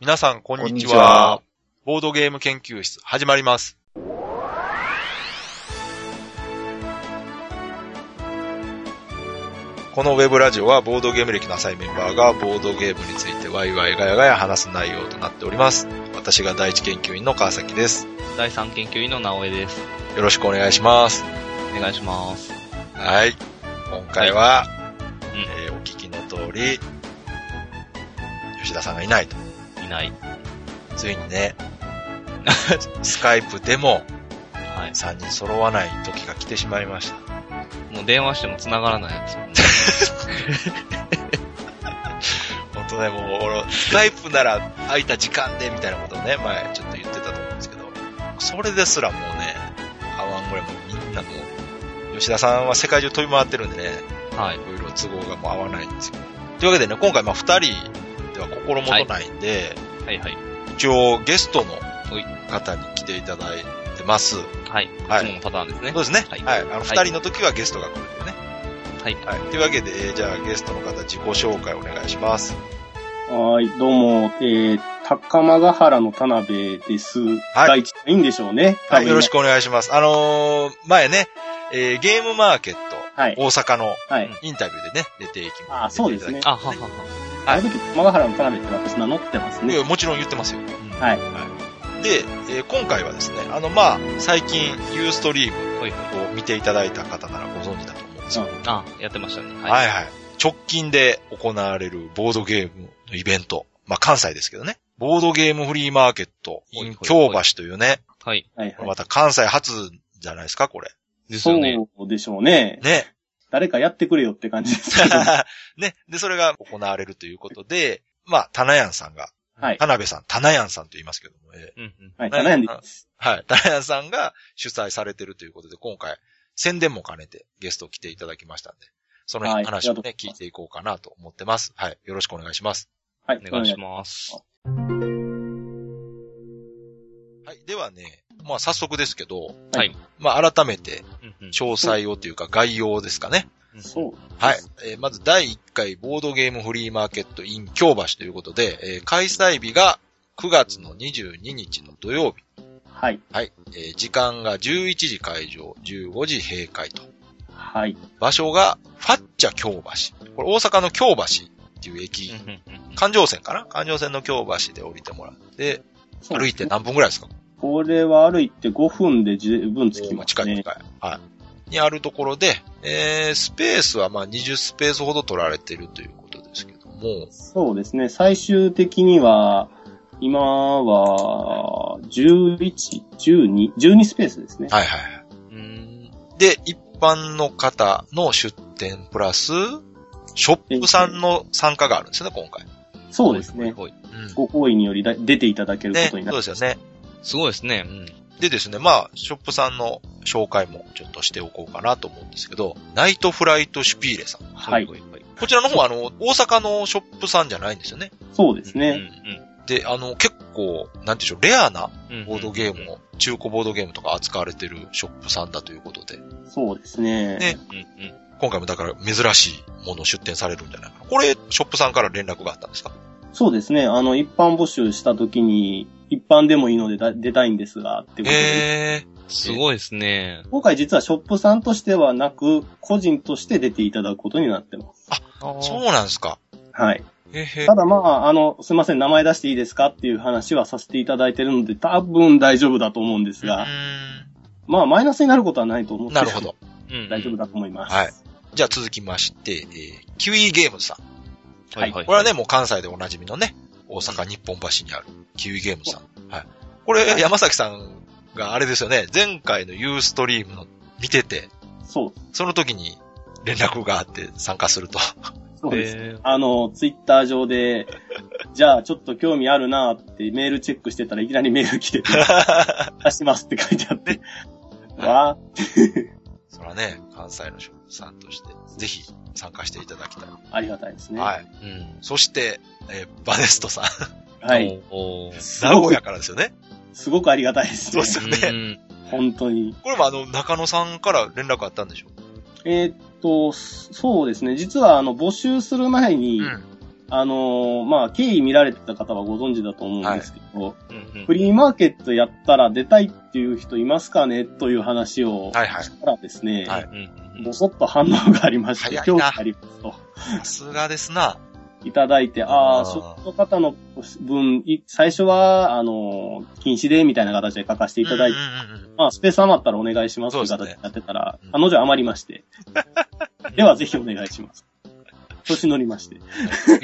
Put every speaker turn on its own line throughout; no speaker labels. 皆さん、こんにちは。
こんにちは
ボードゲーム研究室、始まります。このウェブラジオは、ボードゲーム歴の浅いメンバーが、ボードゲームについてワイワイガヤガヤ話す内容となっております。私が第一研究員の川崎です。
第3研究員の直江です。
よろしくお願いします。
お願いします。
はい。今回は、
い
えーお聞きの通り、吉田さんがいないと。
いない。
ついに ね、スカイプでも、
は
3人揃わない時が来てしまいました。
い。もう電話しても繋がらないやつ。
本当ね、もう、俺、スカイプなら空いた時間でみたいなことをね、前ちょっと言ってたと思うんですけど、それですらもうね、合わんぐらいもうみんなもう、吉田さんは世界中飛び回ってるんでね、
はい
い。ろいろ都合がもう合わないんですよ。というわけでね、今回まあ2人では心もとないんで、
はいはい。
一応ゲストの
い
方に来ていただいてます。
はい。
はい
つものパターンですね
そう。ですね。は。
はいい
あの、
い
二人の時はゲストが来るんでね。
はい。
はい。というわけで、えーじゃあゲストの方自己紹介お願いします。
はい、どうも、えー、高間ヶ原の田辺です。
はい
第一いいんでしょうね。
はい。よろし
く。
くお願いします。あのー前ね、えーゲームマーケット、
はい。
大阪の
はい。
インタビューでね、出ていき
あ
ま
ー、
す。
そうですね。
あ、ははは。
あの時、高間ヶ原の田辺って私名乗ってます
い
ね。
やもちろん言ってますよ。
はい
はい。で、えー今回はですね、あの、まあ、最近、ユーストリーム
はいはい。
を見ていただいた方ならご存知だと思うんですよ。
あ、やってましたね。。
はいいはい。直近で行われるボードゲームのイベント。まあ、関西ですけどね。ボードゲームフリーマーケット、
ほいほい
in
ほい
京橋というね。
はい。
はい
こ
は
れ
い。
また関西初じゃないですか、これ。
です
そ
よね。
うでしょうね。
ね。
誰かやってくれよって感じです けど。
ね。で、それが行われるということで、まあ、タナヤンさんが、
はい。
田辺さん、タナヤンさんと言いますけども、えー
うんうん。
はい、悩んでます。
はい。タナヤンさんが主催されてるということで、今回、宣伝も兼ねてゲスト来ていただきましたんで、その
はい
話を
ありがとうござ
ね
い、ます
聞いていこうかなと思ってます。はい。よろしくお願いします。
はい、
お願いします。
はい。ではね、まあ早速ですけど、
はい。
まあ改めて、
うんうん
詳細をというか概要ですかね。
うん
す。そう。
はい。えーまず第1回ボードゲームフリーマーケット in 京橋ということで、えー開催日が9月の22日の土曜日。
はい。
はい。えー時間が11時会場、15時閉会と。
はい。
場所がファッチャ京橋。これ大阪の京橋っていう駅、
うんうんうんうん
環状線かな環状線の京橋で降りてもらって、
そう
歩いて何分ぐらいですか
これは歩いて5分で十分着き
まあ
ます
近い
ね。
近い。はい。にあるところで、えー、スペースはまあ20スペースほど取られてるということですけども、
そうですね。最終的には、今は、11、12、12スペースですね。
はいはいは
うーん。
い。で、一般の方の出店プラス、ショップさんの参加があるんですよね、今回。
そうですね。
ほいほいほい
うん。
ご好意によりだ出ていただけるこ
ね、そ
と
う
になる。
ですよね。
すごいですね。うん。
でですね、まあ、ショップさんの紹介もちょっとしておこうかなと思うんですけど、ナイトフライトシュピーレさん。
はい
ほ。いほいほい。
こちらの方はあの、大阪のショップさんじゃないんですよね。
そうですね。
う
で、あの、結構、なんていうんでしょう、レアな
うんうん。うんうん
ボードゲーム。を、中古ボードゲームとか扱われてるショップさんだということで、
そうですね。
ね
うんうん。
今回もだから珍しいものを出展されるんじゃないかな。これ、ショップさんから連絡があったんですか
そうですね。あの、一般募集した時に、一般でもいいのでだ出たいんですが、ってことで。
へえ
すごいですね。
今回実はショップさんとしてはなく、個人として出ていただくことになってます。
ー、そうなんですか。
はい。
へえへえ
ただまあ、あの、すいません、名前出していいですかっていう話はさせていただいてるので、多分大丈夫だと思うんです
う
が、
ー
まあ、マイナスになることはないと思っ
ん
て
なるほ。ど。
うんうん。
大丈夫だと思います。
はい。じゃあ続きまして、えー、キウイゲームズさん。こ
はいはい。
れはね、もう関西でおなじみのね、大阪日本橋にあるキウイゲームズさん。はい。これ、山崎さんがあれですよね、前回のユーストリームの見てて、
そう。
その時に連絡があって参加すると。
そうです。
へー
あの、ツイッター上で、じゃあちょっと興味あるなってメールチェックしてたらいきなりメール 来てて、出しますって書いてあって、わあ、
そらね、関西の職さんとして、ぜひ参加していただきたい。
ありがたいですね。。
はいい。
うん。
そして、えーバネストさん。
はい。
おー。
す
名古
ごく
屋、からですよね。
すごくありがたいです
そう
ね
で。すよ
う
ね。
ん
本当に。
これもあの、中野さんから連絡あったんでしょ
えーっと、そうですね。実は、あの、募集する前に、
ん。
あのーまあ、経緯見られてた方はご存知だと思うんですけど、
うんうん
フリーマーケットやったら出たいっていう人いますかねという話を
はいはい
したらですね、
はい
うんうん
ぼそっと反応がありまし
早い
て、
な
興味ありますと
さすがですな。
いただいて、あ
あー
あ、その方の分、い最初は、あのー、禁止でみたいな形で書かせていただいて、
うんうんうん
まあ、スペース余ったらお願いしますという
そうで
形
すね
になってたら、
うん
彼女余りまして、 ではぜひお願いします。調子乗りまして。
い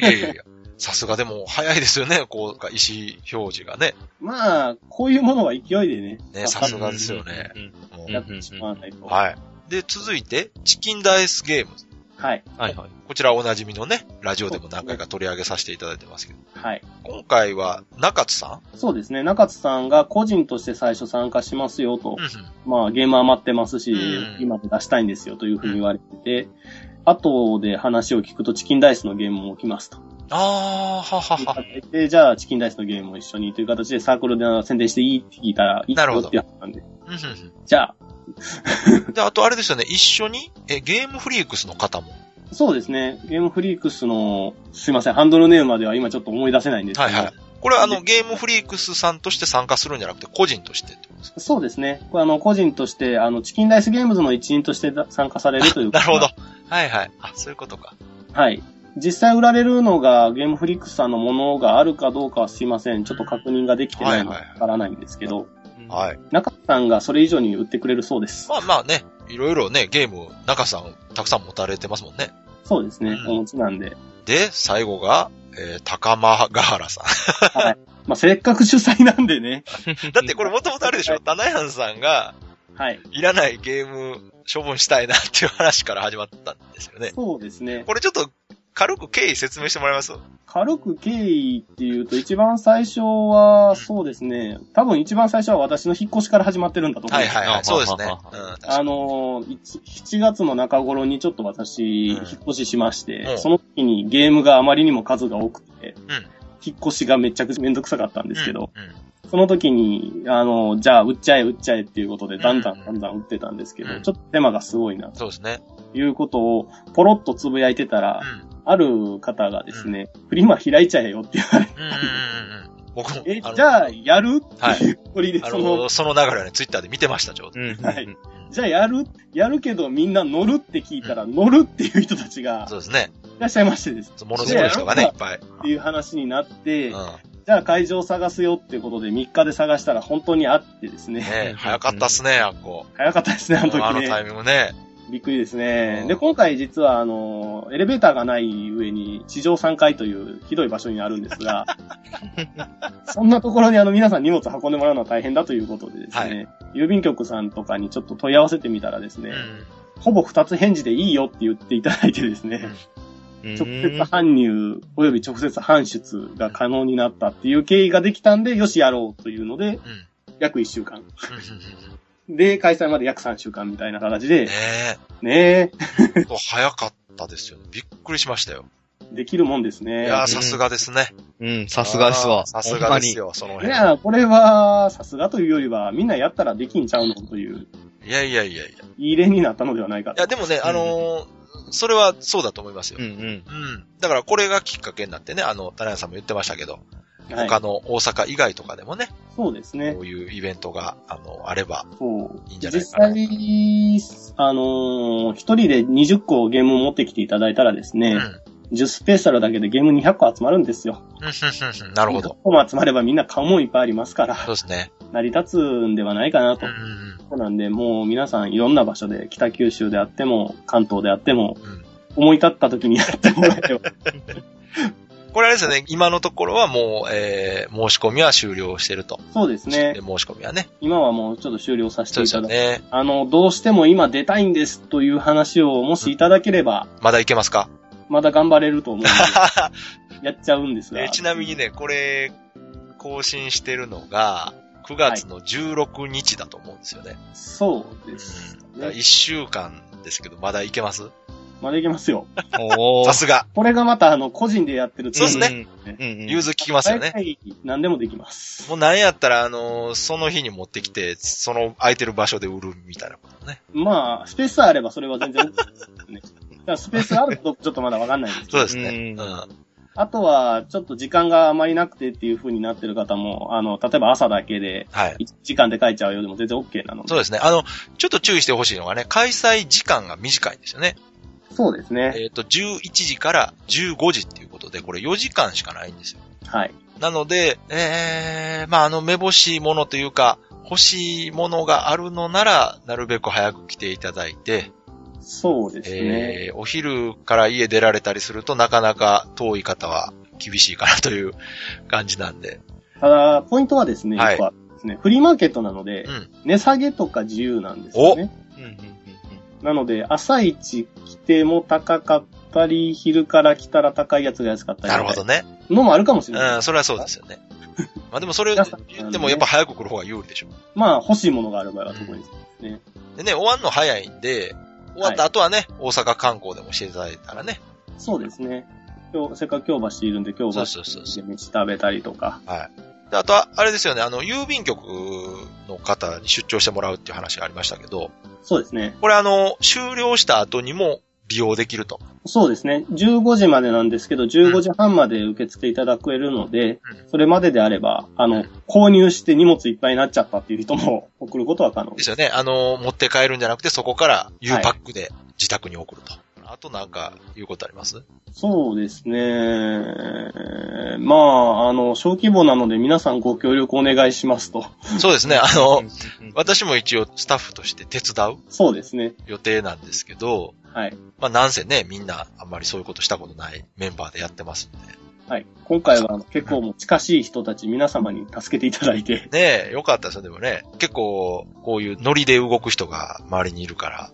やいやいや。さすがでも早いですよね、こう、意思表示がね。
まあ、こういうものは勢いでね。
ねさすがですよね。
うんうんうん
もう
うん
やってしまわないと。
はい。で、続いて、チキンダイスゲーム。
はい。
はいはい。
こちらおなじみのね、ラジオでも何回か取り上げさせていただいてますけど、
はい。
今回は中津さ
そうですね。中津さんが個人として最初参加しますよと
ん、うん
まあゲーム余ってますし、
うん
今で出したいんですよというふうに言われてて、後で話を聞くとチキンダイスのゲームも起きますと。
あー、ははは。
で、じゃあチキンダイスのゲームも一緒にという形でサークルで宣伝していいって聞いたら、いい
なるほ
よ
ど
ってやったんで。
うんうん
じゃあ、
うんで、あとあれですよね、一緒に、え、ゲームフリークスの方も。
そうですね。ゲームフリークスの、すいません、ハンドルネームまでは今ちょっと思い出せないんですけど、
はいはい。これはあの、ゲームフリークスさんとして参加するんじゃなくて、個人としてってことですか
そうですね。これあの、個人として、あの、チキンダイスゲームズの一員として参加されるという
なるほど。。はいはい。あ、そういうことか。
はい。実際売られるのがゲームフリックスさんのものがあるかどうかはすいません。ちょっと確認ができてないの
は
で
いはい
わからないんですけど、
はい。
中津さんがそれ以上に売ってくれるそうです。
まあまあね、いろいろね、ゲーム、中津さん、たくさん持たれてますもんね。
そうですね
う。ん
お持ちなんで。
で、最後が、えー、高間ヶ原さん。
まあ、せっかく主催なんでね。
だってこれもともとあれでしょダナヤンさんが、
はい。
いらないゲーム処分したいなっていう話から始まったんですよね。
そうですね。
これちょっと軽く経緯説明してもらえます
軽く経緯っていうと、一番最初は、そうですね。多分一番最初は私の引っ越しから始まってるんだと思う。
はいはいは
あ
い。そうですね。
は
うん。
あのー、いち7月の中頃にちょっと私、
うん
引っ越ししまして、
うん
その時にゲームがあまりにも数が多くて、
ん
引っ越しがめちゃくちゃめんどくさかったんですけど、
うん。うん
その時に、あのー、じゃあ売っちゃえ売っちゃえっていうことで、だんだ
うん
んだんだん売ってたんですけど、
うん
ちょっと手間がすごいな、
そうですね。
ということを、ポロッとつぶやいてたら
う、ん。
ある方がですね、フリマ開いちゃえよって言われて、
うんうんうんうん。僕も、
え
あの、
じゃあやる
はい
っていうノリで、
あ
その、
の、その流れをね、ツイッターで見てました、ちょうど。
うん。
はい
うん
じゃあやるやるけどみんな乗るって聞いたら、乗るっていう人たちが
そうですね。
いらっしゃいましてですね
ものすごい人がね、いっぱい。
っていう話になって、
うん。
じゃあ会場探すよってことで3日で探したら本当にあってですね、
ね早かったっすね、あっこ。
早かったですね、あ
あ
の
の
時
タ
ね。
イミングね。
びっくりです
う
ね
ん。
で、今回実はあの、エレベーターがない上に地上3階というひどい場所にあるんです が、そんなところにあの皆さん荷物運んでもらうのは大変だということでですね、郵便局さんとかにちょっと問い合わせてみたらですね、
うん。
ほぼ2つ返事でいいよって言っていただいてですね、
う
直
ん
接搬入及び直接搬出が可能になったっていう経緯ができたんで、よしやろうというので、
うん。うん
約1週間。
うん
で、開催まで約3週間みたいな形で、
ね
ね
え。ほんと早かったですよね。びっくりしましたよ。
え、できるもんです
い
ね。
やーさすがですね。
うん、さすがです
あ
わ。
ーさすがですよ、その
い
辺。い
や、これは、さすがというよりは、みんなやったらできんちゃうのという、
やいやいやいや。い
いい例になったのではないかと
や、。でもね、あのー、それはそうだと思いますよ
ほんま。に。うんうん。
うん。だからこれがきっかけになってね、あの、田中さんも言ってましたけど、
はい
他の大阪以外とかでもね、
そうですね
こ。ういうイベントが、あの、あれば。
そう。
いいんじゃない
実
かな
際、あのー一人で20個ゲームを持ってきていただいたらです
うん。う
ね
ん、
10スペシャルだけでゲーム200個集まるんですよ。
うんうんなるほど。。
個も集まればみんな顔もいっぱいありますから、
そうですね。
成り立つんではないかな
う
と
ん。うん
そうなんで、もう皆さんいろんな場所で、北九州であっても、関東であっても、
うん。
思い立った時にやってもらえ れば。
これあれですよね、今のところはもう、えー、申し込みは終了してると。
そうですね
で。申し込みはね。
今はもうちょっと終了させ
そ
て
う
い
です
た
よ
だいて、
ね。
あの、どうしても今出たいんですという話をもしいただければ、
まだいけますか
まだ頑張れると思うんで、やっちゃうんです
え
が
ー。ちなみにね、これ、更新してるのが、9月の16日だと思うんですよね。
そうです
う。ん。だから
ね
1週間ですけど、まだいけます
まだいけますよ。
おー
さすが。
これがまた、あの、個人でやってる
そうですね。
うんうん。
融通聞きますよね。
大体何でもできます。
もうなんやったら、あのーその日に持ってきて、その空いてる場所で売るみたいなことね。
まあ、スペースさ えあればそれは全然 OK ですね。だからスペースがあるかどうかちょっとまだわかんないんですけど
そうですね。
うん
うん。
あとは、ちょっと時間があまりなくてっていう風になってる方も、あの、例えば朝だけで、
はい。
1時間で書いちゃうようでも全然 OK なので。
そうですね。あの、ちょっと注意してほしいのがね、開催時間が短いんですよね。
そうですね。
えっ、と、11時から15時っていうことで、これ4時間しかないんですよ。
はい。
なので、えー、まあ、あの、めぼしいものというか、欲しいものがあるのなら、なるべく早く来ていただいて、
そうですね。
えー、お昼から家出られたりすると、なかなか遠い方は厳しいかなという感じなんで。
ただ、ポイントはですね、
はい
一個あるんですね。フリーマーケットなので、
うん
値下げとか自由なんですよね。
うんうんうん
なので、朝一来ても高かったり、昼から来たら高いやつが安かったり。
なるほどね。
のもあるかもしれない。
うん、それはそうですよ ね。まあでもそれ
皆さん
言ってもやっぱ早く来る方が有利でしょ。
まあ、欲しいものがある場合は特に。
でね、終わんの早いんで、終わった後はね、大阪観光でもしていただいたらね。
そうですね。今日、せっかく京橋いるんで、京橋
そう
で
そうそうそう。
飯食べたりとか。
であとは、あれですよね、あの、郵便局の方に出張してもらうっていう話がありましたけど、
そうですね。
これあの、終了した後にも利用できると。
そうですね。15時までなんですけど、15時半まで受け付けいただけるので、
う
それまでであれば、あ
う
の
ん、
購入して荷物いっぱいになっちゃったっていう人も 送ることは可能
で
ですす。
よね。あの、持って帰るんじゃなくて、そこから U パックで自宅に送ると。あとなんか、言うことあります
そうですね。まあ、あの、小規模なので皆さんご協力お願いしますと。
そうですね、あ
うん
の
う、ん
私も一応スタッフとして手伝う
そうですね。
予定なんですけど、
はい。
まあなんせね、みんなあんまりそういうことしたことないメンバーでやってますんで。
はい。今回は結構もう近しい人たち皆様に助けていただいて、
ねえ、よかったですよ、でもね。結構、こういうノリで動く人が周りにいる から、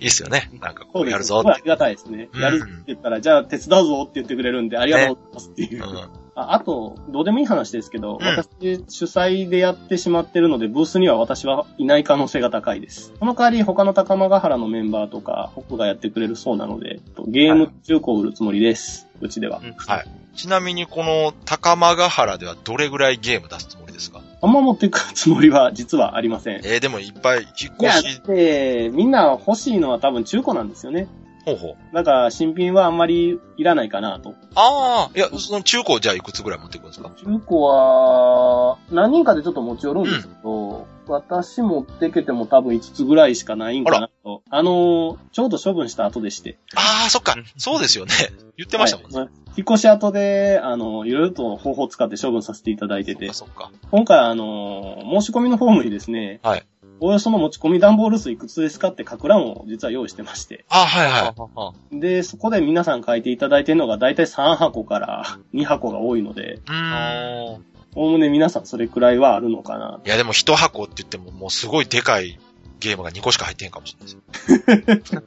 いいっすよね。なんかこ
そう
う
です
やるぞ
すご
っ
いあ
て。
りがたいですね。
うん
やるって言ったら、じゃあ手伝うぞって言ってくれるんで、ありがとうございますっていう。
うん。
ああと、どうでもいい話ですけど、
うん
私主催でやってしまってるので、ブースには私はいない可能性が高いです。その代わり、他の高間ヶ原のメンバーとか、僕がやってくれるそうなので、とゲーム中古を売るつもりです。うちでは。
はい。ちなみにこの高間ヶ原ではどれぐらいゲーム出すつもりですか
あんま持っていくつもりは実はありません。
えー、でもいっぱい引っ
いや、
越
だっ、
して
みんな欲しいのは多分中古なんですよね。
方法。
だから、新品はあんまりいらないかなと。
ああ、いや、その中古じゃあいくつぐらい持っていくんですか
中古は、何人かでちょっと持ち寄るんですけど、私持ってけても多分5つぐらいしかないんかなと。あのー、ちょうど処分した後でして。
ああ、そっか
うん。
そうですよね。 言ってましたもんね。
はい引っ越し後で、あのー、いろいろと方法を使って処分させていただいてて、
そっか。
今回あのー、申し込みのフォームにですね、
はい
おおよその持ち込み段ボール数いくつですかって書く欄を実は用意してまして。
ああ、はいは。
はい
で、そこで皆さん書いていただいてるのが大体3箱から2箱が多いので、
うーん。
あー
おおむね皆さんそれくらいはあるのかない
や、でも一箱って言ってももうすごいでかいゲームが2個しか入ってへんかもしれないですよ。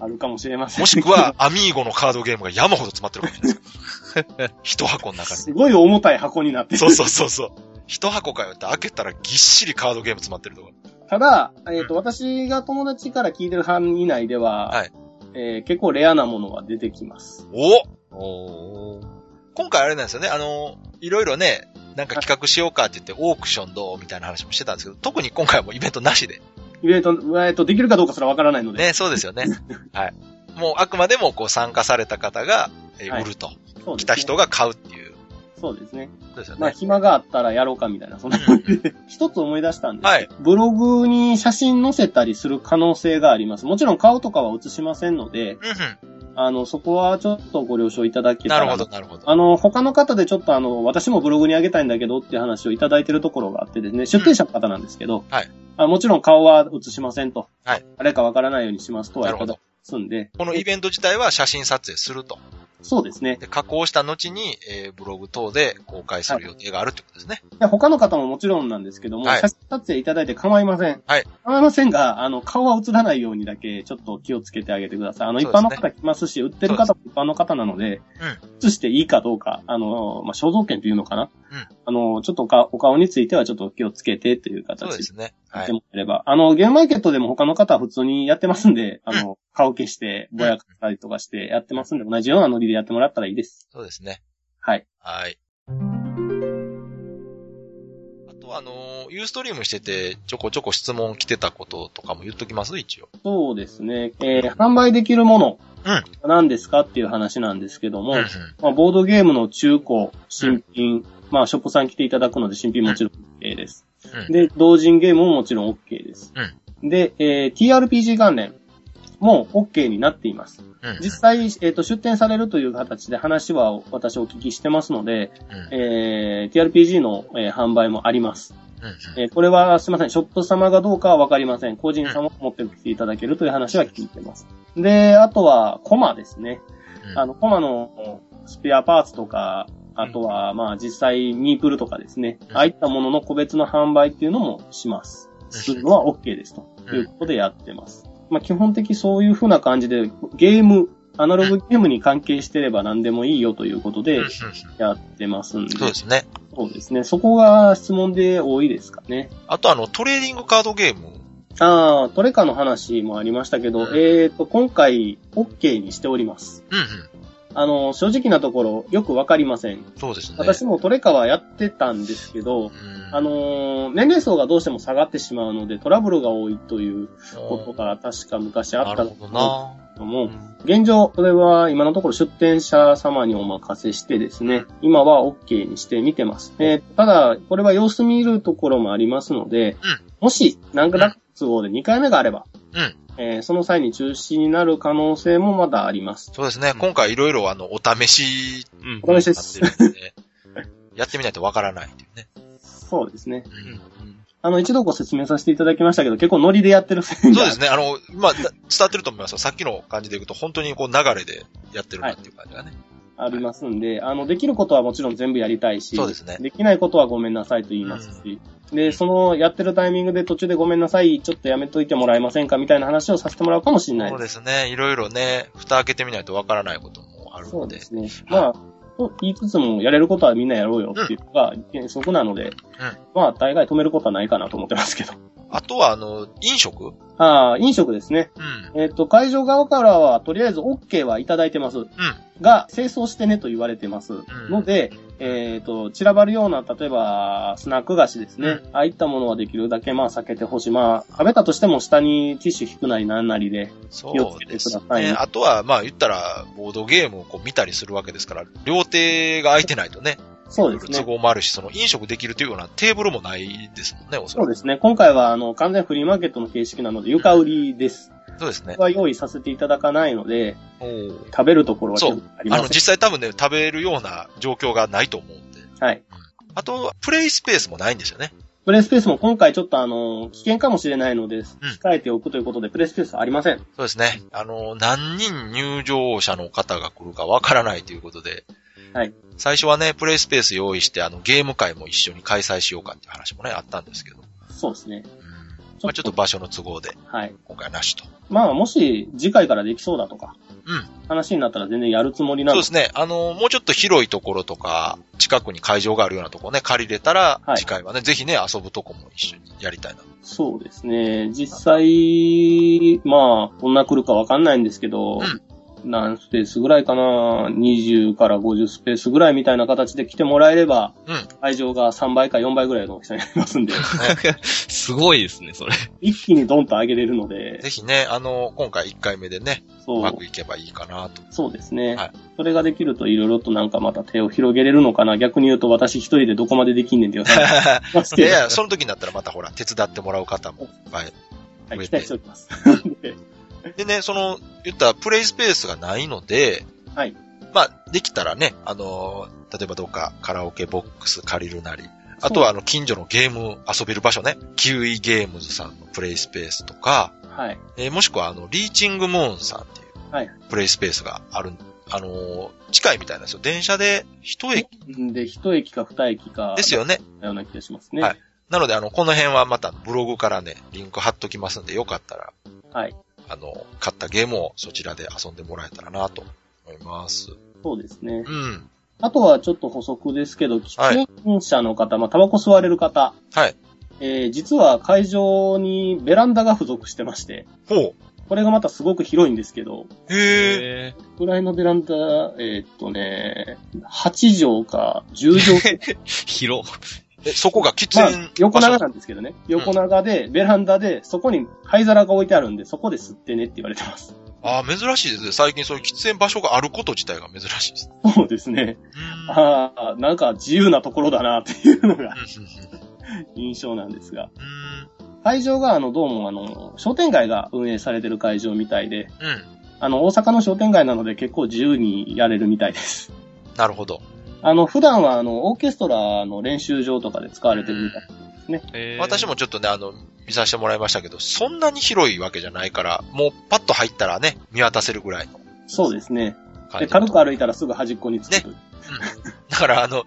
あるかもしれません。
もしくは、アミーゴのカードゲームが山ほど詰まってるかもしれない ですよ。一箱の中に。
すごい重たい箱になってる
そうそうそうそう。一箱かよって開けたらぎっしりカードゲーム詰まってるとか。
ただ、えっ、と、私が友達から聞いてる範囲内では、
はい
えー結構レアなものは出てきます。
お
おー
今回あれなんですよね。あの、いろいろね、なんか企画しようかって言ってオークションどうみたいな話もしてたんですけど、特に今回はもうイベントなしで。
イベント、えっと、できるかどうかすらわからないので、
ね、そうですよね。 はい。もうあくまでもこう参加された方が、えー
はい
売ると。
そうで
来
すね
た人が買うっていう。
そうですね。
そうですよ
まあ、
ね。
暇があったらやろうかみたいな、そんな
うん
一つ思い出したんです、
はい。
ブログに写真載せたりする可能性があります。もちろん顔とかは写しませんので、
うんう
あの、そこはちょっとご了承いただ
ん。
けた
な
ら。
るほど、。なるほど。
あの、他の方でちょっとあの、私もブログに上げたいんだけどっていう話をいただいてるところがあってですね、出店者の方なんですけど、
はい
あもちろん顔は映しませんと、
はい
誰かわからないようにしますとは
ないる
た
ほ
だ
ど
き。ますんで、
このイベント自体は写真撮影すると。
そうですね。
で加工した後に、えーブログ等で公開する予定があるってことですね。
で他の方ももちろんなんですけども、
はい
写真撮影いただいて構いません。
はい
構いませんが、あの、顔は映らないようにだけちょっと気をつけてあげてください。あの、
そ
一
うです
般
ね
の方来ますし、売ってる方も一般の方なので、映していいかどうか、あの、まあ、肖像権というのかな。
うん
あの、ちょっとお顔お顔についてはちょっと気をつけてという
そう
形
ですね。
や
は
っ
い
て。もらえれば。あの、ゲームマーケットでも他の方は普通にやってますんで、あの、顔消して、ぼやかしたりとかしてやってますんで、同じようなノリでやってもらったらいいです。
そうですね。
はい。
はい。あとあの、ユーストリームしてて、ちょこちょこ質問来てたこととかも言っときます一応。
そうですね。えー販売できるもの
うん。
何ですかっていう話なんですけども、
うん
まあ、ボードゲームの中古、新品、まあ、ショップさん来ていただくので新品もちろん OK です。
うん
で、同人ゲームももちろん OK です。で、えー TRPG 関連も OK になっています。
うん。
実際、えーと、出展されるという形で話は私お聞きしてますので、
うん。
えー TRPG の、えー販売もあります。
うん
えーこれはすいません、ショップ様がどうかはわかりません。個人様を持ってきていただけるという話は聞いてます。で、あとは、コマですね。
うん
あの、コマのスペアパーツとか、あとは、まあ実際ミープルとかですね、
うん
ああいったものの個別の販売っていうのもします。するのは OK ですと。
うん
いうことでやってます。まあ基本的そういう風な感じで、ゲーム、アナログゲームに関係してれば何でもいいよということ
う
で
んうん
やってますんで、
そうですね。
そうですね。そこが質問で多いですかね。
あとあの、トレーディングカードゲーム。
ああ、トレカの話もありましたけど、
うん
えっ、と、今回 OK にしております。
うん
あの、正直なところよくわかりません。
うん。そうですね。
私もトレカはやってたんですけど
う、ん、
あのー年齢層がどうしても下がってしまうので、トラブルが多いということが確か昔あ
な
った
る
んで
ほど
す
な。
けども、
うん
現状、それは今のところ出店者様にお任せしてですね、今は OK にして見てます。えーただ、これは様子見るところもありますので、もし、何か落都合で2回目があれば、
うん
えーその際に中止になる可能性もまだあります。
そうですね。今回いろいろあの、お試し
うん。
お試し
になってるんで、やってみないとわからないっていうね。
そうですね。
うん
あの、一度ご説明させていただきましたけど、結構ノリでやってるせい
そうですね。あの、今、だ伝わってると思いますよ。さっきの感じでいくと、本当にこう流れでやってるなっていう感じがね。
ありますんで、あの、できることはもちろん全部やりたいし、
そうですね
できないことはごめんなさいと言いますし、で、そのやってるタイミングで途中でごめんなさい、ちょっとやめといてもらえませんかみたいな話をさせてもらうかもしれない
そう
です。
ですね。いろいろね、蓋開けてみないとわからないこともある
そ
の
う
で。
ですね。まあ、と言いつつも、やれることはみんなやろうよっていうのが原則なので、まあ、大概止めることはないかなと思ってますけど。
あとは、あの、飲食うん。
ああ、飲食ですね。
うん。
えっ、と、会場側からは、とりあえず OK はいただいてます。が、清掃してねと言われてます。ので、えっ、と、散らばるような、例えば、スナック菓子ですね。ああいったものはできるだけ、まあ、避けてほしい。まあ、食べたとしても下にティッシュ引くなりなんなりで。
そうです
気をつけてください
ね。
ね
あとは、まあ言ったら、ボードゲームをこう見たりするわけですから、両手が空いてないとね、
そうです
都
ね。
合もあるし、その飲食できるというようなテーブルもないですもんね、おそ
そ
ら
う
く。
ですね。今回は、あの、完全フリーマーケットの形式なので、床売りです。
そうですね
こ。こは用意させていただかないので、
おー
食べるところはちょっとありま
あ
せん
の、。実際多分ね、食べるような状況がないと思うんで。
はい。
あと、プレイスペースもないんですよね。
プレイスペースも今回ちょっとあの、危険かもしれないので、控えておくということで、プレイスペースありません。
そうですね。あの、何人入場者の方が来るかわからないということで。
はい。
最初はね、プレイスペース用意して、あの、ゲーム会も一緒に開催しようかっていう話もね、あったんですけど。
そうですね。
まあちょっと場所の都合で、
はい。
今回はなしと。
まあ、もし次回からできそうだとか、
うん
話になったら全然やるつもりな
そう
の
ですね。あの、もうちょっと広いところとか、近くに会場があるようなところね、借りれたら、
はい
次回はね、ぜひね、遊ぶとこも一緒にやりたいな。
そうですね。実際、まあ、こんな来るかわかんないんですけど、何スペースぐらいかな ?20 から50スペースぐらいみたいな形で来てもらえれば、
うん
会場が3倍か4倍ぐらいの大きさになりますんで、
すごいですね、それ。
一気にドンと上げれるので
ぜ、ひね、あの、今回1回目でね、う
そう
まくいけばいいかなと。
そうですね。
はい
それができるといろいろとなんかまた手を広げれるのかな。逆に言うと私一人でどこまでできんねんって言われます
い
け
や い
ど、
や、その時になったらまたほら、手伝ってもらう方もいっぱい。
はい
増えて
期待しております。 で
でね、その、言ったらプレイスペースがないので、
はい。
まあ、できたらね、あの、例えばどっかカラオケボックス借りるなり、あとはあの、近所のゲーム遊べる場所ね、キウイゲームズさんのプレイスペースとか、
はい。
えーもしくはあの、リーチングムーンさんっていう、
はい
プレイスペースがある、あのー近いみたいなんですよ。電車で一駅
で、一駅か二駅か、
ですよね。
ような気がしますね。
はいなので、あの、この辺はまたブログからね、リンク貼っときますんで、よかったら、
はい。
あの、買ったゲームをそちらで遊んでもらえたらなと思います。
そうですね
う。ん。
あとはちょっと補足ですけど、
は
喫煙者の方、まあ、タバコ吸われる方、
はい。
えー実は会場にベランダが付属してまして、
ほ
これがまたすごく広いんですけど、
う。へえ。
へー
これぐらいのベランダ、えーっとね、8畳か10畳
広。
え、そこが喫
まあ
煙、
横
場所
長なんですけどね。横長で、ベランダで、そこに灰皿が置いてあるんで、そこで吸ってねって言われて ます。
ああ、珍しいですね。最近そういう喫煙場所があること自体が珍しいです。
そうですね。
うん
ああ、なんか自由なところだなっていうのが
う
印象なんですが。
ん
会場が、あの、どうも、あの、商店街が運営されてる会場みたいで、
うん。うん。
あの、大阪の商店街なので結構自由にやれるみたいです。
なるほど。
あの、普段は、あの、オーケストラの練習場とかで使われてるみたい。
えー
私もちょっとね、あの、見させてもらいましたけど、そんなに広いわけじゃないから、もうパッと入ったらね、見渡せるぐらいの
そうですね。
感
で、
じだと。
軽く歩いたらすぐ端っこに着くという。
だからあの、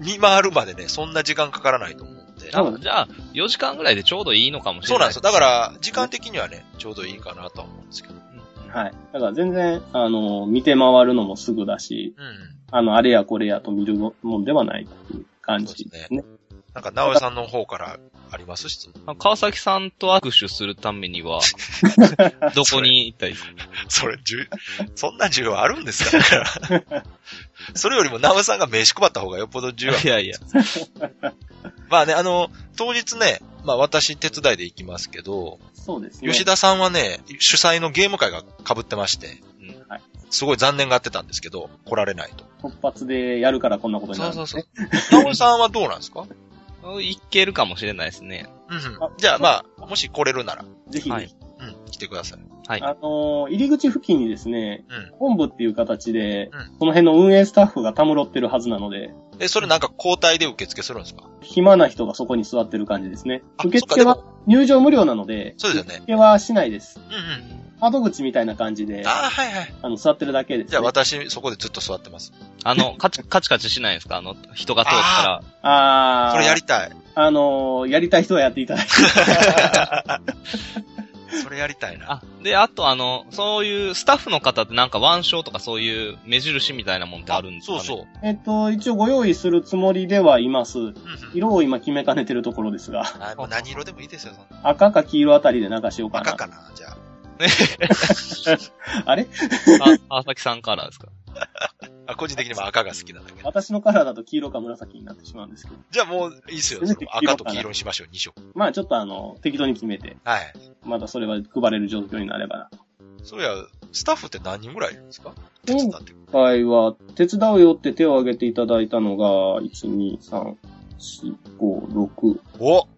見回るまでね、そんな時間かからないと思うんで。
あ
あじゃあ、4時間ぐらいでちょうどいいのかもし
そ
れ
うなん
ない。
ですよ。だから、時間的にはね、ちょうどいいかなとは思うんですけど。うん。
はい。だから全然、あの、見て回るのもすぐだし、あの、あれやこれやと見るもんではないという感じですね。
なんか、直江さんの方からあります 質問。
あ川崎さんと握手するためには、どこに行ったりする
それ、じゅ、そんな需要あるんですかだから。 それよりも、直江さんが名刺配った方がよっぽど需 要ある
いやいや。
まあね、あの、当日ね、まあ私手伝いで行きますけど、
そうですね。
吉田さんはね、主催のゲーム会が被ってまして、
うん
はい
すごい残念がってたんですけど、来られないと。
突発でやるからこんなことにな
そう
るん
そ
で
う
す
そう
ね。。
ナオさんはどうなんですか
行けるかもしれないですね。
うんうん。じゃあまあ、もし来れるなら、
ぜひ、
はい
うん、来てください。
はい。
あのー入り口付近にですね、
うん
本部っていう形で、
うん
その辺の運営スタッフがたむろってるはずなので、
え、それなんか交代で受付するんですか
暇な人がそこに座ってる感じですね。
あ
受
そっかで
付
も
は入場無料なので、
そうですよね。
受付はしないです
う。んうん。
窓口みたいな感じで、あ
ああ、はいはい。
の、座ってるだけです、ね。
じゃあ私、そこでずっと座ってます。
あの、カチカチカチしないですかあの、人が通ったら。
あー
それやりたい。
あのーやりたい人はやっていただ いて。
それやりたいな。
あ、で、あとあの、そういうスタッフの方ってなんか腕章とかそういう目印みたいなもんってあるんですか、ね、
そうそう。
えっと、一応ご用意するつもりではいます。
うんうん。
色を今決めかねてるところですが、
あもう何色でもいいですよ、そんな
赤か黄色あたりでなんかしようかな。
赤かな、じゃあ。
あれ
あ、川崎さんからですか
あ個人的にも赤が好きなんだけど。
私のカラーだと黄色か紫になってしまうんですけど。
じゃあもういいっすよ。その赤と黄色にしましょう、2色。
まあちょっとあの、適当に決めて、
はい。
まだそれは配れる状況になればな。
そういや、スタッフって何人ぐらいいるんですか手
うん
伝ってくる。
今回は、手伝うよって手を挙げていただいたのが、1、2、3、4、5、6。
お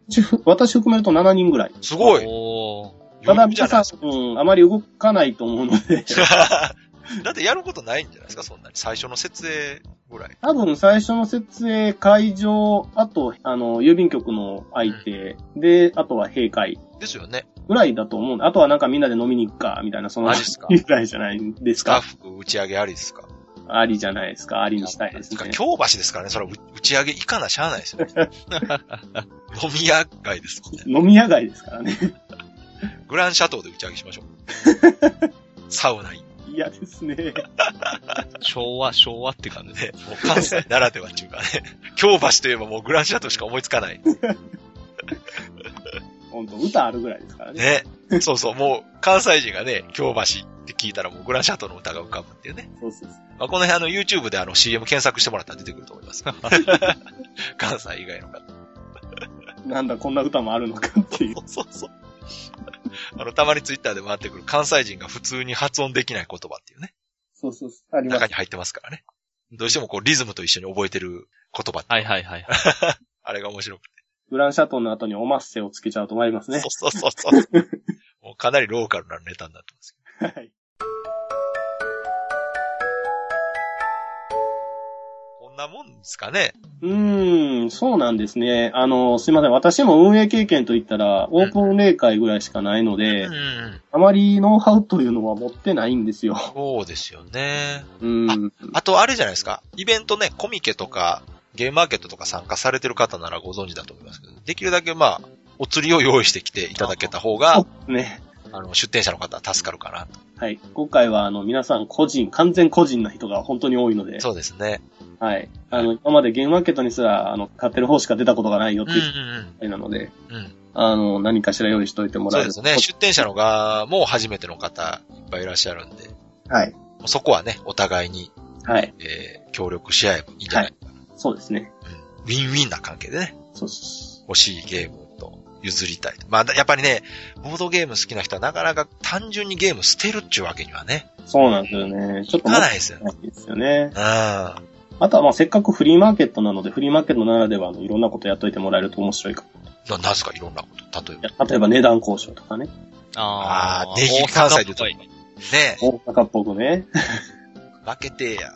私含めると7人ぐらい。
すごい
おー
ただ
余裕じゃ
皆
ない
さ
です
ん、うん、あまり動かないと思うので、
か。 だってやることないんじゃないですか、そんなに。最初の設営ぐらい。
多分最初の設営、会場、あと、あの、郵便局の相手、で、あとは閉会
ですよね。
ぐらいだと思う。あとはなんかみんなで飲みに行くか、みたいな、その
マジっすか
ぐらいじゃないです
スタッ
か。
フ打ち上げありですか。
ありじゃないですか。ありにしたいです
てか
ね。
京橋ですからね、それは打ち上げいかなしゃあないですよ。 飲み屋街ですもんね。
飲み屋街ですからね。
グランシャトーで打ち上げしましょう。サウナ行って
嫌ですね。
昭和、昭和って感じで。
もう関西ならではっていうかね。京橋といえばもうグランシャトーしか思いつかない。
ほんと、歌あるぐらいですからね。
ね。そうそう、もう関西人がね、京橋って聞いたらもうグランシャトーの歌が浮かぶっていうね。
そうそうそう。
まあ、この辺あの YouTube であの CM 検索してもらったら出てくると思います。 関西以外の方。
なんだ、こんな歌もあるのかっていう。
そうそうそう。あの、たまに Twitter で回ってくる関西人が普通に発音できない言葉っていうね、
そうそうそう。ありま
中
す。
に入ってますからね。どうしてもこうリズムと一緒に覚えてる言葉、
はいはいはい。
あれが面白くて。
グランシャトンの後におまっせをつけちゃうと思いますね。
そうそうそうそう。 もうかなりローカルなネタになってますけど。
はい。
こんなもんですかね。
うーん、そうなんですね。あの、すいません。私も運営経験といったら、オープン例会ぐらいしかないの
うん
で、
うん。
あまりノウハウというのは持ってないんですよ。
そうですよね。
うーん。
あと、あれじゃないですか。イベントね、コミケとか、ゲームマーケットとか参加されてる方ならご存知だと思いますけど、できるだけまあ、お釣りを用意してきていただけた方が
そ、うですね。
あの、出店者の方は助かるかなと。
はい。今回は、あの、皆さん個人、完全個人な人が本当に多いので、
そうですね。
はい。あの、今までゲームマーケットにすら、あの、買ってる方しか出たことがないよっ
う
て
ん
いう
う
人なので、
んうん。うん。
あの、何かしら用意しといてもら
そ
え
うで
ると
すね。出店者の側も初めての方いっぱいいらっしゃるんで、
はい。
もうそこはね、お互いに、
はい。
えー協力し合えばいいんじゃないかな、
そうですね。
うんウィンウィンな関係でね、
そうそう
欲しいゲームと譲りたい。まあ、やっぱりね、ボードゲーム好きな人はなかなか単純にゲーム捨てるっちゅうわけにはね、
そうなんですよね。ちょっ
い
と
か
待っ
ないですよ
て
ね。
ないですよね。
うん。
あとはまあせっかくフリーマーケットなので、フリーマーケットならではのいろんなことやっといてもらえると面白いかも。
な、なんすかいろんなこと。例え
いや例えば値段交渉とかね。
あー
あー、
ネギ関西で言うと
大阪
ね
大阪
っぽい
っぽくね。
え、負けてえや。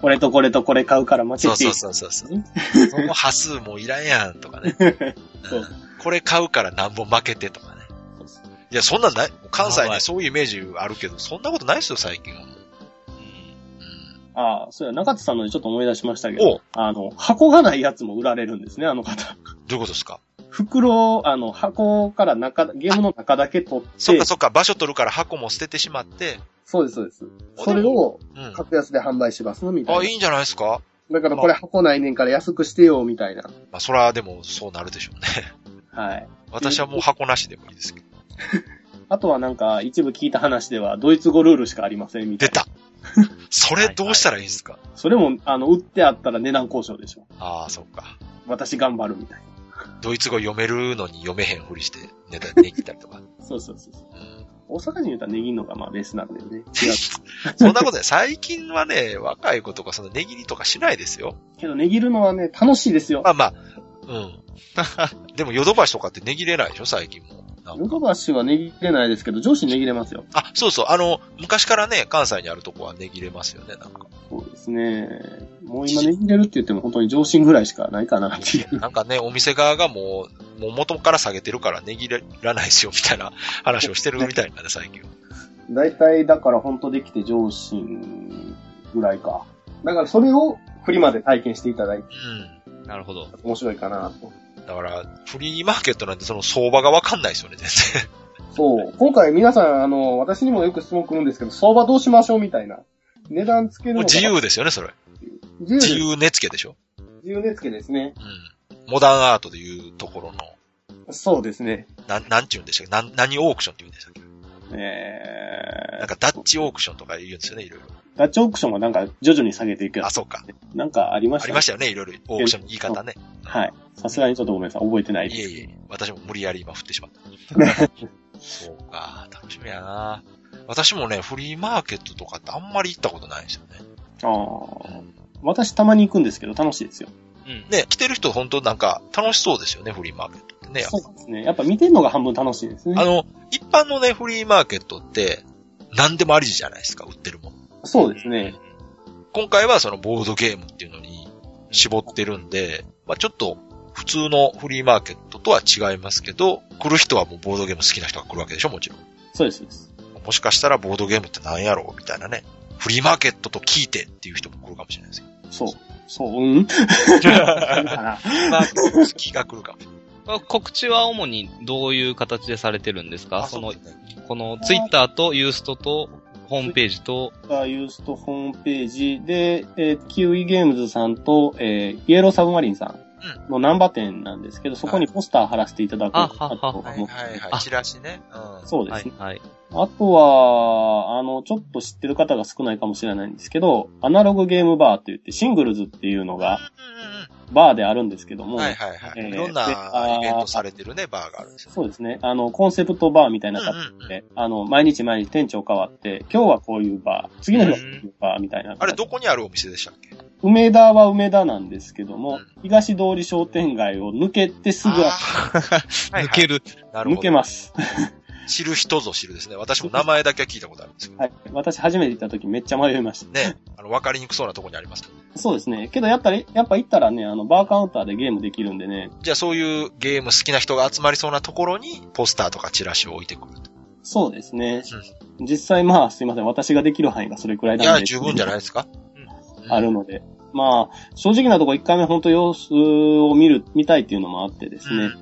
これとこれとこれ買うから負けて
そうそう
そ
そうそう そう。その端数もういらんやんとかね。
そう
うんこれ買うから何本負けてとかね。いや、そんなんない、関西
やば
に
い
そういうイメージあるけど、そんなことないですよ、最近はもう。
うん
うん
ああ、そうや、中津さんのでちょっと思い出しましたけ
お
ど、あの、箱がないやつも売られるんですね、あの方。
どういうことですか
袋を、あの、箱から中、ゲームの中だけ取って、
そっかそっか、場所取るから箱も捨ててしまって。
そうです、そうです。
あ
それを
うん。
格安で販売しますみたいな。
あ、いいんじゃないですか
だからこれ箱ないねんから安くしてよ、みたいな。
まあ、そらでもそうなるでしょうね。
はい。
私はもう箱なしでもいいですけど。
あとはなんか、一部聞いた話では、ドイツ語ルールしかありません、みた
出
いな。
たそれどうしたらいいんですか、
それも、あの、売ってあったら値段交渉でしょ。
ああ、そっか。
私頑張る、みたい
ドイツ語読めるのに読めへんふりして、ネタ、ネギたりとか。
な。そうそうそうそう。
うん
大阪人言うたらネギのがまあベースなんだよね。違う。
そんな ことない。最近はね、若い子とか、そのネギりとかしないですよ。
けど、ネギるのはね、楽しいですよ
ま。あまあ、 うん。でも、ヨドバシとかってネギれないでしょ、最近も。なんか
ヨドバシはネギれないですけど、上司ネギれますよ。
あ、そうそう。あの、昔からね、関西にあるとこはネギれますよね、なんか。
そうですね。もう今ネギれるって言っても本当に上司ぐらいしかないかなっていう。
なんかね、お店側がもう、もう元から下げてるからネギれらないですよ、みたいな 話をしてるみたいなんで、最近は。
大体、だから本当できて上司ぐらいか。だからそれをフリマで体験していただいて
う
なるほど。
面白いかなと。
ん。だから、フリーマーケットなんてその相場がわかんないですよね、全然。
そう。今回皆さん、あの、私にもよく質問来るんですけど、相場どうしましょうみたいな。値段つける
もう
のが
自。由ですよね、それ。
自由です
自。由値付けでしょ。
自由値付けですね。
うん。モダンアートでいうところの、
そうですね。
なん、なんちゅうんでしたっけなん、何オークションって言うんでしたっけ
え
なんかダッチオークションとか言うんですよね、いろいろ。
ー、ダッチオークションはなんか徐々に下げていくや
あ、
つ。
そうか。
なんかありま
あ
した
り
ね
ましたよね、いろいろ。オークションの言い方ね。
はい。さすがにちょっとごめんなさい。覚えてない
い
で
え
す。
いえ、私も無理やり今振ってしまった。 そうか、楽しみやな私もね、フリーマーケットとかってあんまり行ったことないんですよね。
ああ。私たまに行くんですけど、楽しいですよ。
うん。
ね、来てる人本当なんか楽しそうですよね、フリーマーケットってね。
そうですね。やっぱ見てるのが半分楽しいです
あ
ね。
の、一般のね、フリーマーケットって何でもありじゃないですか、売ってるもん。
そうですね。
今回はそのボードゲームっていうのに絞ってるんで、まあちょっと普通のフリーマーケットとは違いますけど、来る人はもうボードゲーム好きな人が来るわけでしょ、もちろん。
そうですそうです。
もしかしたらボードゲームって何やろうみたいなね。フリーマーケットと聞いてっていう人も来るかもしれないですよ。
そう。そう、 うんだから
マーケット好きが来るかもしれない。
これ告知は主にどういう形でされてるんですかその
う、ですね
このツイッターとユーストとホームページと、
Twitter ユーストホームページで、えーキウイゲームズさんと、えーイエローサブマリンさんのナンバー店なんですけど、そこにポスター貼らせていただこうかなと思
は
っ
い
て。
はいは
あ
い。チラシね。うん。
そうで
は
す
い
ね。
はい。
あとは、あの、ちょっと知ってる方が少ないかもしれないんですけど、アナログゲームバーって言って、シングルズっていうのが、
う
バーであるんですけど
んうんう
も、
ん。はいはいは
えー
い。いろんなイベントされてるね、バーがあるんですよ。
そうですね。あの、コンセプトバーみたいな形
うんうんうん
で、あの、毎日毎日店長変わって、今日はこういうバー、次の日はこういうバーみたいな。
あれ、どこにあるお店でしたっけ
梅田は梅田なんですけど
う
も
ん、
東通り商店街を抜けてすぐ、
抜
抜ける。
なる
抜
ほ
け
ど。
ます。
知る人ぞ知るですね。私も名前だけは聞いたことあるんですけど。
はい。私初めて行った時めっちゃ迷いました。
ね。あの、わかりにくそうなとこにありますけど。
そうですね。けどやっぱり、やっぱ行ったらね、あの、バーカウンターでゲームできるんでね、
じゃあそういうゲーム好きな人が集まりそうなところに、ポスターとかチラシを置いてくると。
そうですね。実際まあ、すいません。私ができる範囲がそれくらい
い
なん
や、
で。
十分じゃないですか
あるので。まあ、正直なとこ1回目本当様子を見る、見たいっていうのもあってですね。
うんうんうん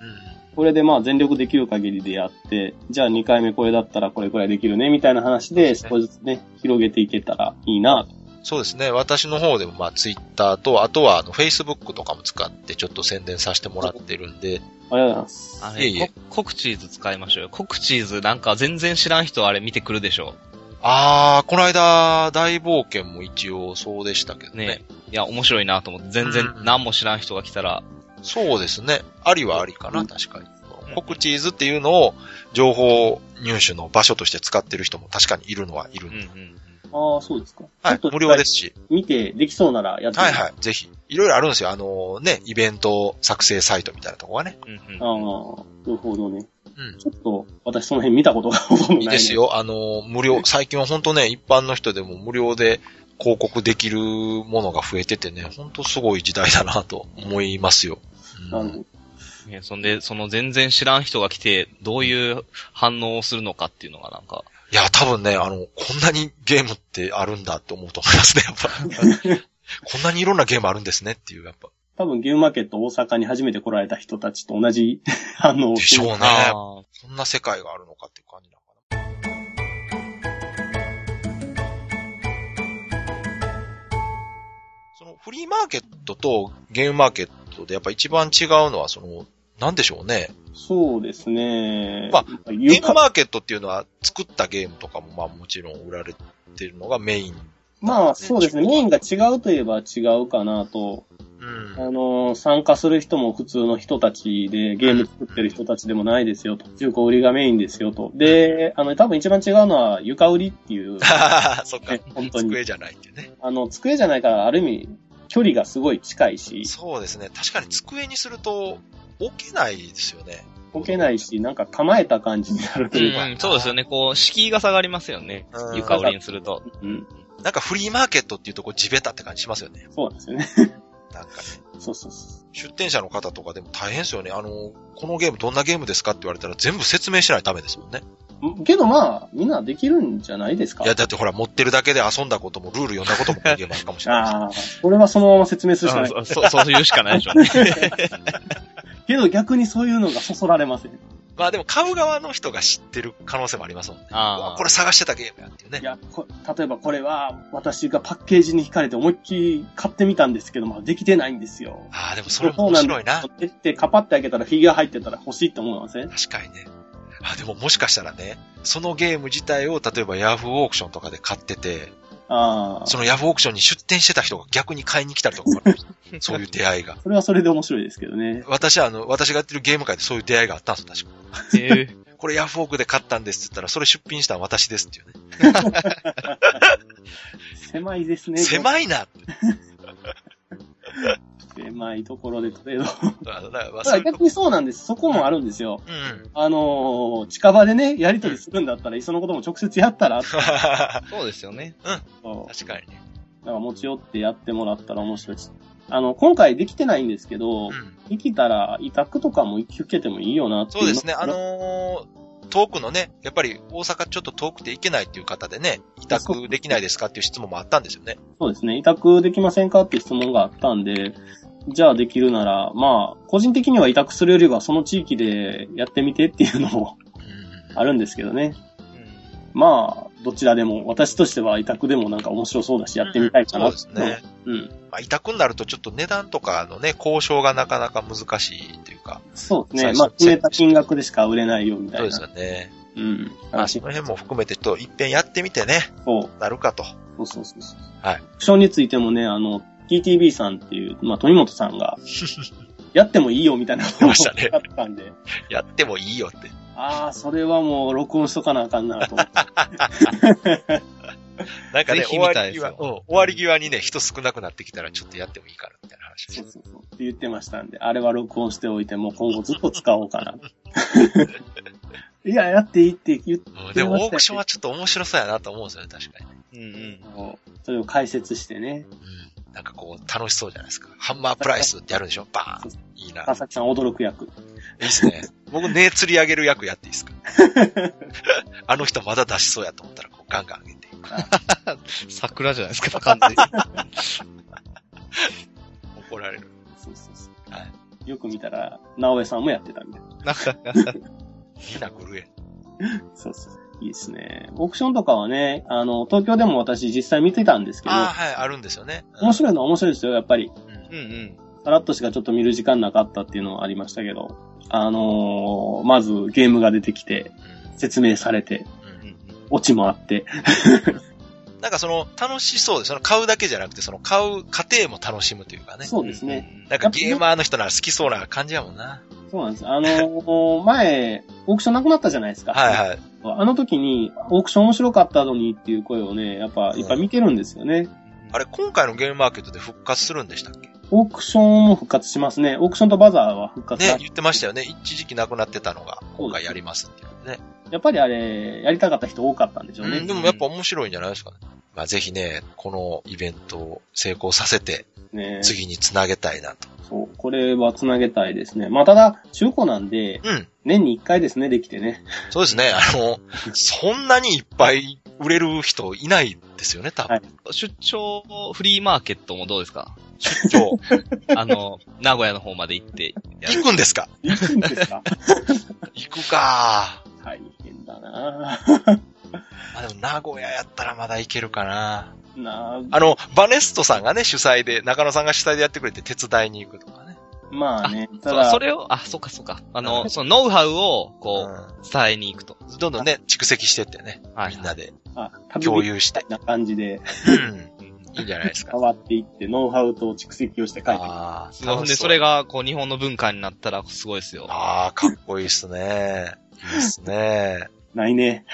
これでまあ全力できる限りでやって、じゃあ2回目これだったらこれくらいできるね、みたいな話で
そうですね
少しずつね、広げていけたらいいなと。
そうですね。私の方でも、まあ、ツイッターと、あとは、あの、フェイスブックとかも使って、ちょっと宣伝させてもらってるんで、
ありがとうございます。
あ
いえ
れ、
いえ
ココクチーズ使いましょうよ。コクチーズなんか全然知らん人あれ見てくるでしょ
あー、この間、大冒険も一応そうでしたけど
ね
ね。
いや、面白いなと思って、全然
うん
何も知らん人が来たら、
そうですね。ありはありか
う
な、
ん
確かに
うん。
コクチーズっていうのを情報入手の場所として使ってる人も確かにいるのはいる
うんんう
で。
ん。
ああ、そうですか。
はい
ちょっ、と
無料ですし。
見て、できそうならやってみ
はい
る
はい、ぜひ。いろいろあるんですよ。あのね、イベント作成サイトみたいなとこがね。
うんうん。
ああ、なるほどね。
うん。
ちょっと、私その辺見たことがほとんどない、
いいです。よ。あの、無料、最近は本当ね、一般の人でも無料で広告できるものが増えててね、本当すごい時代だなと思いますよ。うん
なるほど。
ねそんで、その全然知らん人が来て、どういう反応をするのかっていうのがなんか、
いや、多分ね、あの、こんなにゲームってあるんだって思うと思いますね、やっ ぱ。こんなにいろんなゲームあるんですねっていう、やっぱ。
多分ゲームマーケット大阪に初めて来られた人たちと同じ 反応を
でしょうね。
あ
こんな世界があるのかっていう感じなのかな。そのフリーマーケットとゲームマーケットでやっぱ一番違うのはその、なんでしょうね。
そうですね。
ま
あ、
ゲーム
ま
マーケットっていうのは作ったゲームとかもまあもちろん売られてるのがメイン。
あ、そうですね。メインが違うといえば違うかなと。
うん
あのー、参加する人も普通の人たちで、ゲーム作ってる人たちでもないですよと。中古売りがメインですよと。で、あの、多分一番違うのは床売りっていう。
そっか
ね。本当に。
机じゃないっていうね。
あの、机じゃないから、ある意味、距離がすごい近いし、
そうですね。確かに机にすると置けないですよね。
置けないし、なんか構えた感じになると
う
いうか、
ん、そうですよね。こう、敷居が下がりますよね。
うん
床売りにすると。
うん、
なんかフリーマーケットっていうとこう地べたって感じしますよね。
そうなんですよね。
なんかね。
そうそうそ
出店者の方とかでも大変ですよね。あの、このゲームどんなゲームですかって言われたら全部説明しないとダメですもんね。
う。けどまあ、みんなできるんじゃないですか
いや、だってほら、持ってるだけで遊んだこともルール読んだこともないゲームあるかもしれ ない。
ああ、これはそのまま説明するしか
あ
ない。
そうそうそういうしかないでしょうね。
けど逆にそういうのがそそられません。い
まあでも買う側の人が知ってる可能性もありますもんね。うわ
あ
これ探してたゲームやっていうね。
やこ例えばこれは、私がパッケージに惹かれて思いっきり買ってみたんですけど、まあできてないんですよ。
ああ、でもそれも面白いな。
そうなんですよ。で、カパって開けたらフィギュア入ってたら欲しいって思いません
確かにね。あ、でももしかしたらね、そのゲーム自体を例えばヤフーオークションとかで買ってて、
ああ、
そのヤフーオークションに出店してた人が逆に買いに来たりとか もあるかもしれないそういう出会いが。
それはそれで面白いですけどね。
私はあの、私がやってるゲーム界でそういう出会いがあったんですよ、確か。
れ、えー
これヤフオクで買ったんですって言ったら、それ出品したの私ですっていうね。
狭いですね。
狭いなって。
狭いところでトレード。
あだからまあ
た
そう
だ
いうと
逆
こ
にそうなんです。そこもあるんですよ。
うんうん。
あのー近場でね、やりとりするんだったら、いっそのことも直接やったら、と
そうですよね。
確かにね。
なんか持ち寄ってやってもらったら面白いし。あの、今回できてないんですけど、
うん。
できたら委託とかも受けてもいいよなってい
そうですね。あ、のー遠くのね、やっぱり大阪ちょっと遠くて行けないっていう方でね、委託できないですかっていう質問もあったんですよね。
そうですね。委託できませんかって質問があったんで、じゃあできるなら、まあ、個人的には委託するよりは、その地域でやってみてっていうのも
うん
あるんですけどね。まあ、どちらでも、私としては委託でもなんか面白そうだし、やってみたいかな。
そうですね。
うん。
まあ、委託になるとちょっと値段とかのね、交渉がなかなか難しいというか。
そうです
最
ね。
初
まあ、決めた金額でしか売れないよ、みた
そうで
いな。
すよね。
うん。
まあ、
話
その辺も含めてちょっと一遍やってみてね、
そう。
なるかと。
そうそうそうそう。
はい。
オプションについてもね、あの、TTB さんっていう、まあ、富本さんが、 やってもいいよみたいなこ
て
と
ましたね
あったんで、
やってもいいよって。
ああ、それはもう録音しとかなあかんなと思って。
なんかね、
ぜひ
終
見
わ
たい
り
です
際、う
よ
ん、終わり際にね、人少なくなってきたらちょっとやってもいいからみたいな話をし
そう
て
そうそう。って言ってましたんで、あれは録音しておいて、もう今後ずっと使おうか な。いや、やっていいって言って、
うんでもオークションはちょっと面白そうやなと思うんですよね、確かにね。
うんうん。
それを解説してね、
うん。なんかこう、楽しそうじゃないですか。ハンマープライスってやるんでしょバーンいいな。い
川崎さん驚く役。
いですね。僕、ね釣り上げる役やっていいですかあの人まだ出しそうやと思ったら、こう、ガンガン上げていく。
桜じゃないですか、 完全に。
怒られる。
そうそうそう。
は
よく見たら、直江さんもやってたみたいな。
なんか、
みんな震え。
そうそう。いいですね。オークションとかはね、あの、東京でも私実際見てたんですけど、
ああ、はい、あるんですよね。うん
面白いのは面白いですよ、やっぱり。
うんうん。
さらっとしかちょっと見る時間なかったっていうのはありましたけど、あのーまずゲームが出てきて、説明されて、
うんうん
オチもあって、
なんかその、楽しそうです。その買うだけじゃなくて、その買う過程も楽しむというかね。
そうですね。
うん
なんかゲーマーの人なら好きそうな感じやもんな。
そうなんです。あの、前、オークションなくなったじゃないですか。
はいはい。
あの時に、オークション面白かったのにっていう声をね、やっぱいっぱい見てるんですよね。
あれ、今回のゲームマーケットで復活するんでしたっけ
オークションも復活しますね。オークションとバザーは復活
ね
だ、
言ってましたよね。一時期なくなってたのが、今回やりますっていうね。
やっぱりあれ、やりたかった人多かったんでしょうね。
うんでもやっぱ面白いんじゃないですかね。まあぜひね、このイベントを成功させて、
ね
次につなげたいなと。
そう。これは繋げたいですね。まあ、ただ、中古なんで、
うん。
年に1回ですね、できてね。
そうですね。あの、そんなにいっぱい売れる人いないですよね、多分。
出張フリーマーケットもどうですか
今日。
あの、 名古屋の方まで行ってやる
行くんですか
いくんです か
行くか。
大変だな
まあでも名古屋やったらまだ行けるかな。
ぁ。なぁ。
あの、バネストさんがね、主催で、中野さんが主催でやってくれて手伝いに行くとかね。
まあね。た
そう
だ、
それを、あ、そうかそうか。あの、そのノウハウを、こ
う
う、伝えに行くと。
ん。どんどんね、蓄積してってね、
はい
みんなで
あ旅
共
み
有して。
たいな感じで
うんいいんじゃないですか
変。わっていって、ノウハウと蓄積をして書いていく。
あー
そんで、それ。が、こう、日本の文化になったら、すごいですよ。
ああ、かっこいいっすね。いいっすね。
ないね。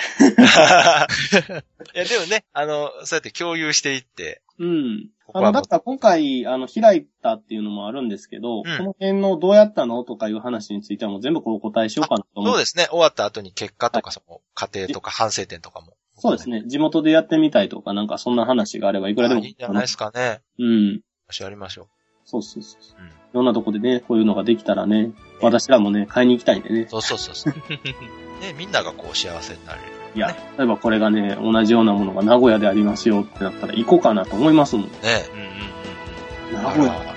いや、でもね、あの、そうやって共有していって、
うん。
ここ
あ
は
の、
も
だ
う
から今回、あの、開いたっていうのもあるんですけど、この辺のどうやったのとかいう話についてはもう全部こうお答えしようかなと思
そう
う。
ですね、終わった後に結果とか、その、過程とか反省点とかも。
そうですね。地元でやってみたいとか、なんかそんな話があればいくらで
あ
も。
いいんじゃないですかね。
うん。
私やりましょ
そうそうそうそう。
うん
いろんなとこでね、こういうのができたらね、私らもね、買いに行きたいんでね
う。。そうそうそう そう。ね、みんながこう幸せになれる。
いや、例えばこれがね、同じようなものが名古屋でありますよってなったら行こうかなと思いますもん。
ね。
うんう
だ
名
んうんうん。
か
古屋
ら、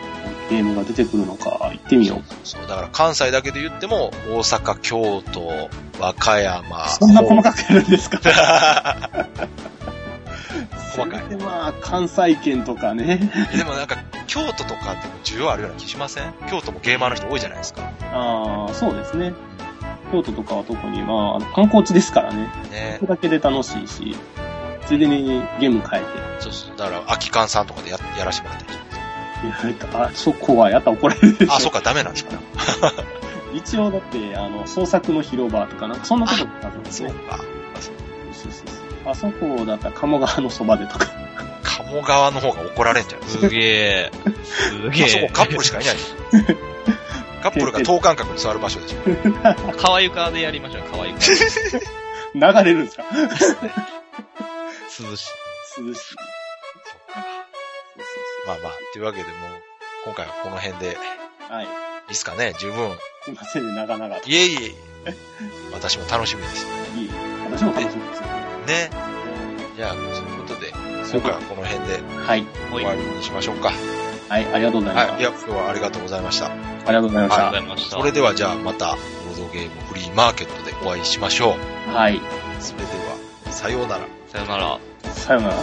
ゲームが出てくるのか、行ってみよ
そう、だから関西だけで言っても、大阪、京都、和歌山。
う。そんな細かくやるんですか
細かい
せめてまあ、関西圏とかね。
でもなんか、京都とかって需要あるような気しません京都もゲーマーの人多いじゃないですか。ね
ああ、そうですね。京都とかは特に、まああの、観光地ですからね。それだけで楽しいし、ついでにゲーム変えて。
そうそう。だから、空き缶さんとかでややらせてもらってる
いやなんかあ、そこはやったら怒られるでしょ。
あ、そうか、ダメなんですかね。
一応だって、あの、創作の広場とかなんか、そんなとこだったんです
そう
ね。
か。
そうそうそうあそこだったら鴨川のそばでとか。
鴨川の方が怒られんじゃないですか。
す げえ。すげえ。
あそこカップルしかいない。 カップルが等間隔に座る場所でしょ。
川床でやりましょう、川 床。
流れるんですか
涼しい。
涼しい。そうそ
まあまあ、というわけでもう、今回はこの辺で、いいう
そうはい。
ですかね、十分。
すいませんね、長々と。い
いえい え。私も楽しみです。
い。私も楽しみです。
ね。じゃあ、そういうことで、
そ
今回はこの辺で
はい。
も
終
う一個
わ
あり
りにしましょうか。
はい、ありがとうございました。
はい。いや、今日はありがとうございました。
ありがとうございまし
がと
た
うござ。いました。
それではじゃあまた、ボードゲームフリーマーケットでお会いしましょう。
はい。
それでは、さようなら。
さよなら。
さようなら。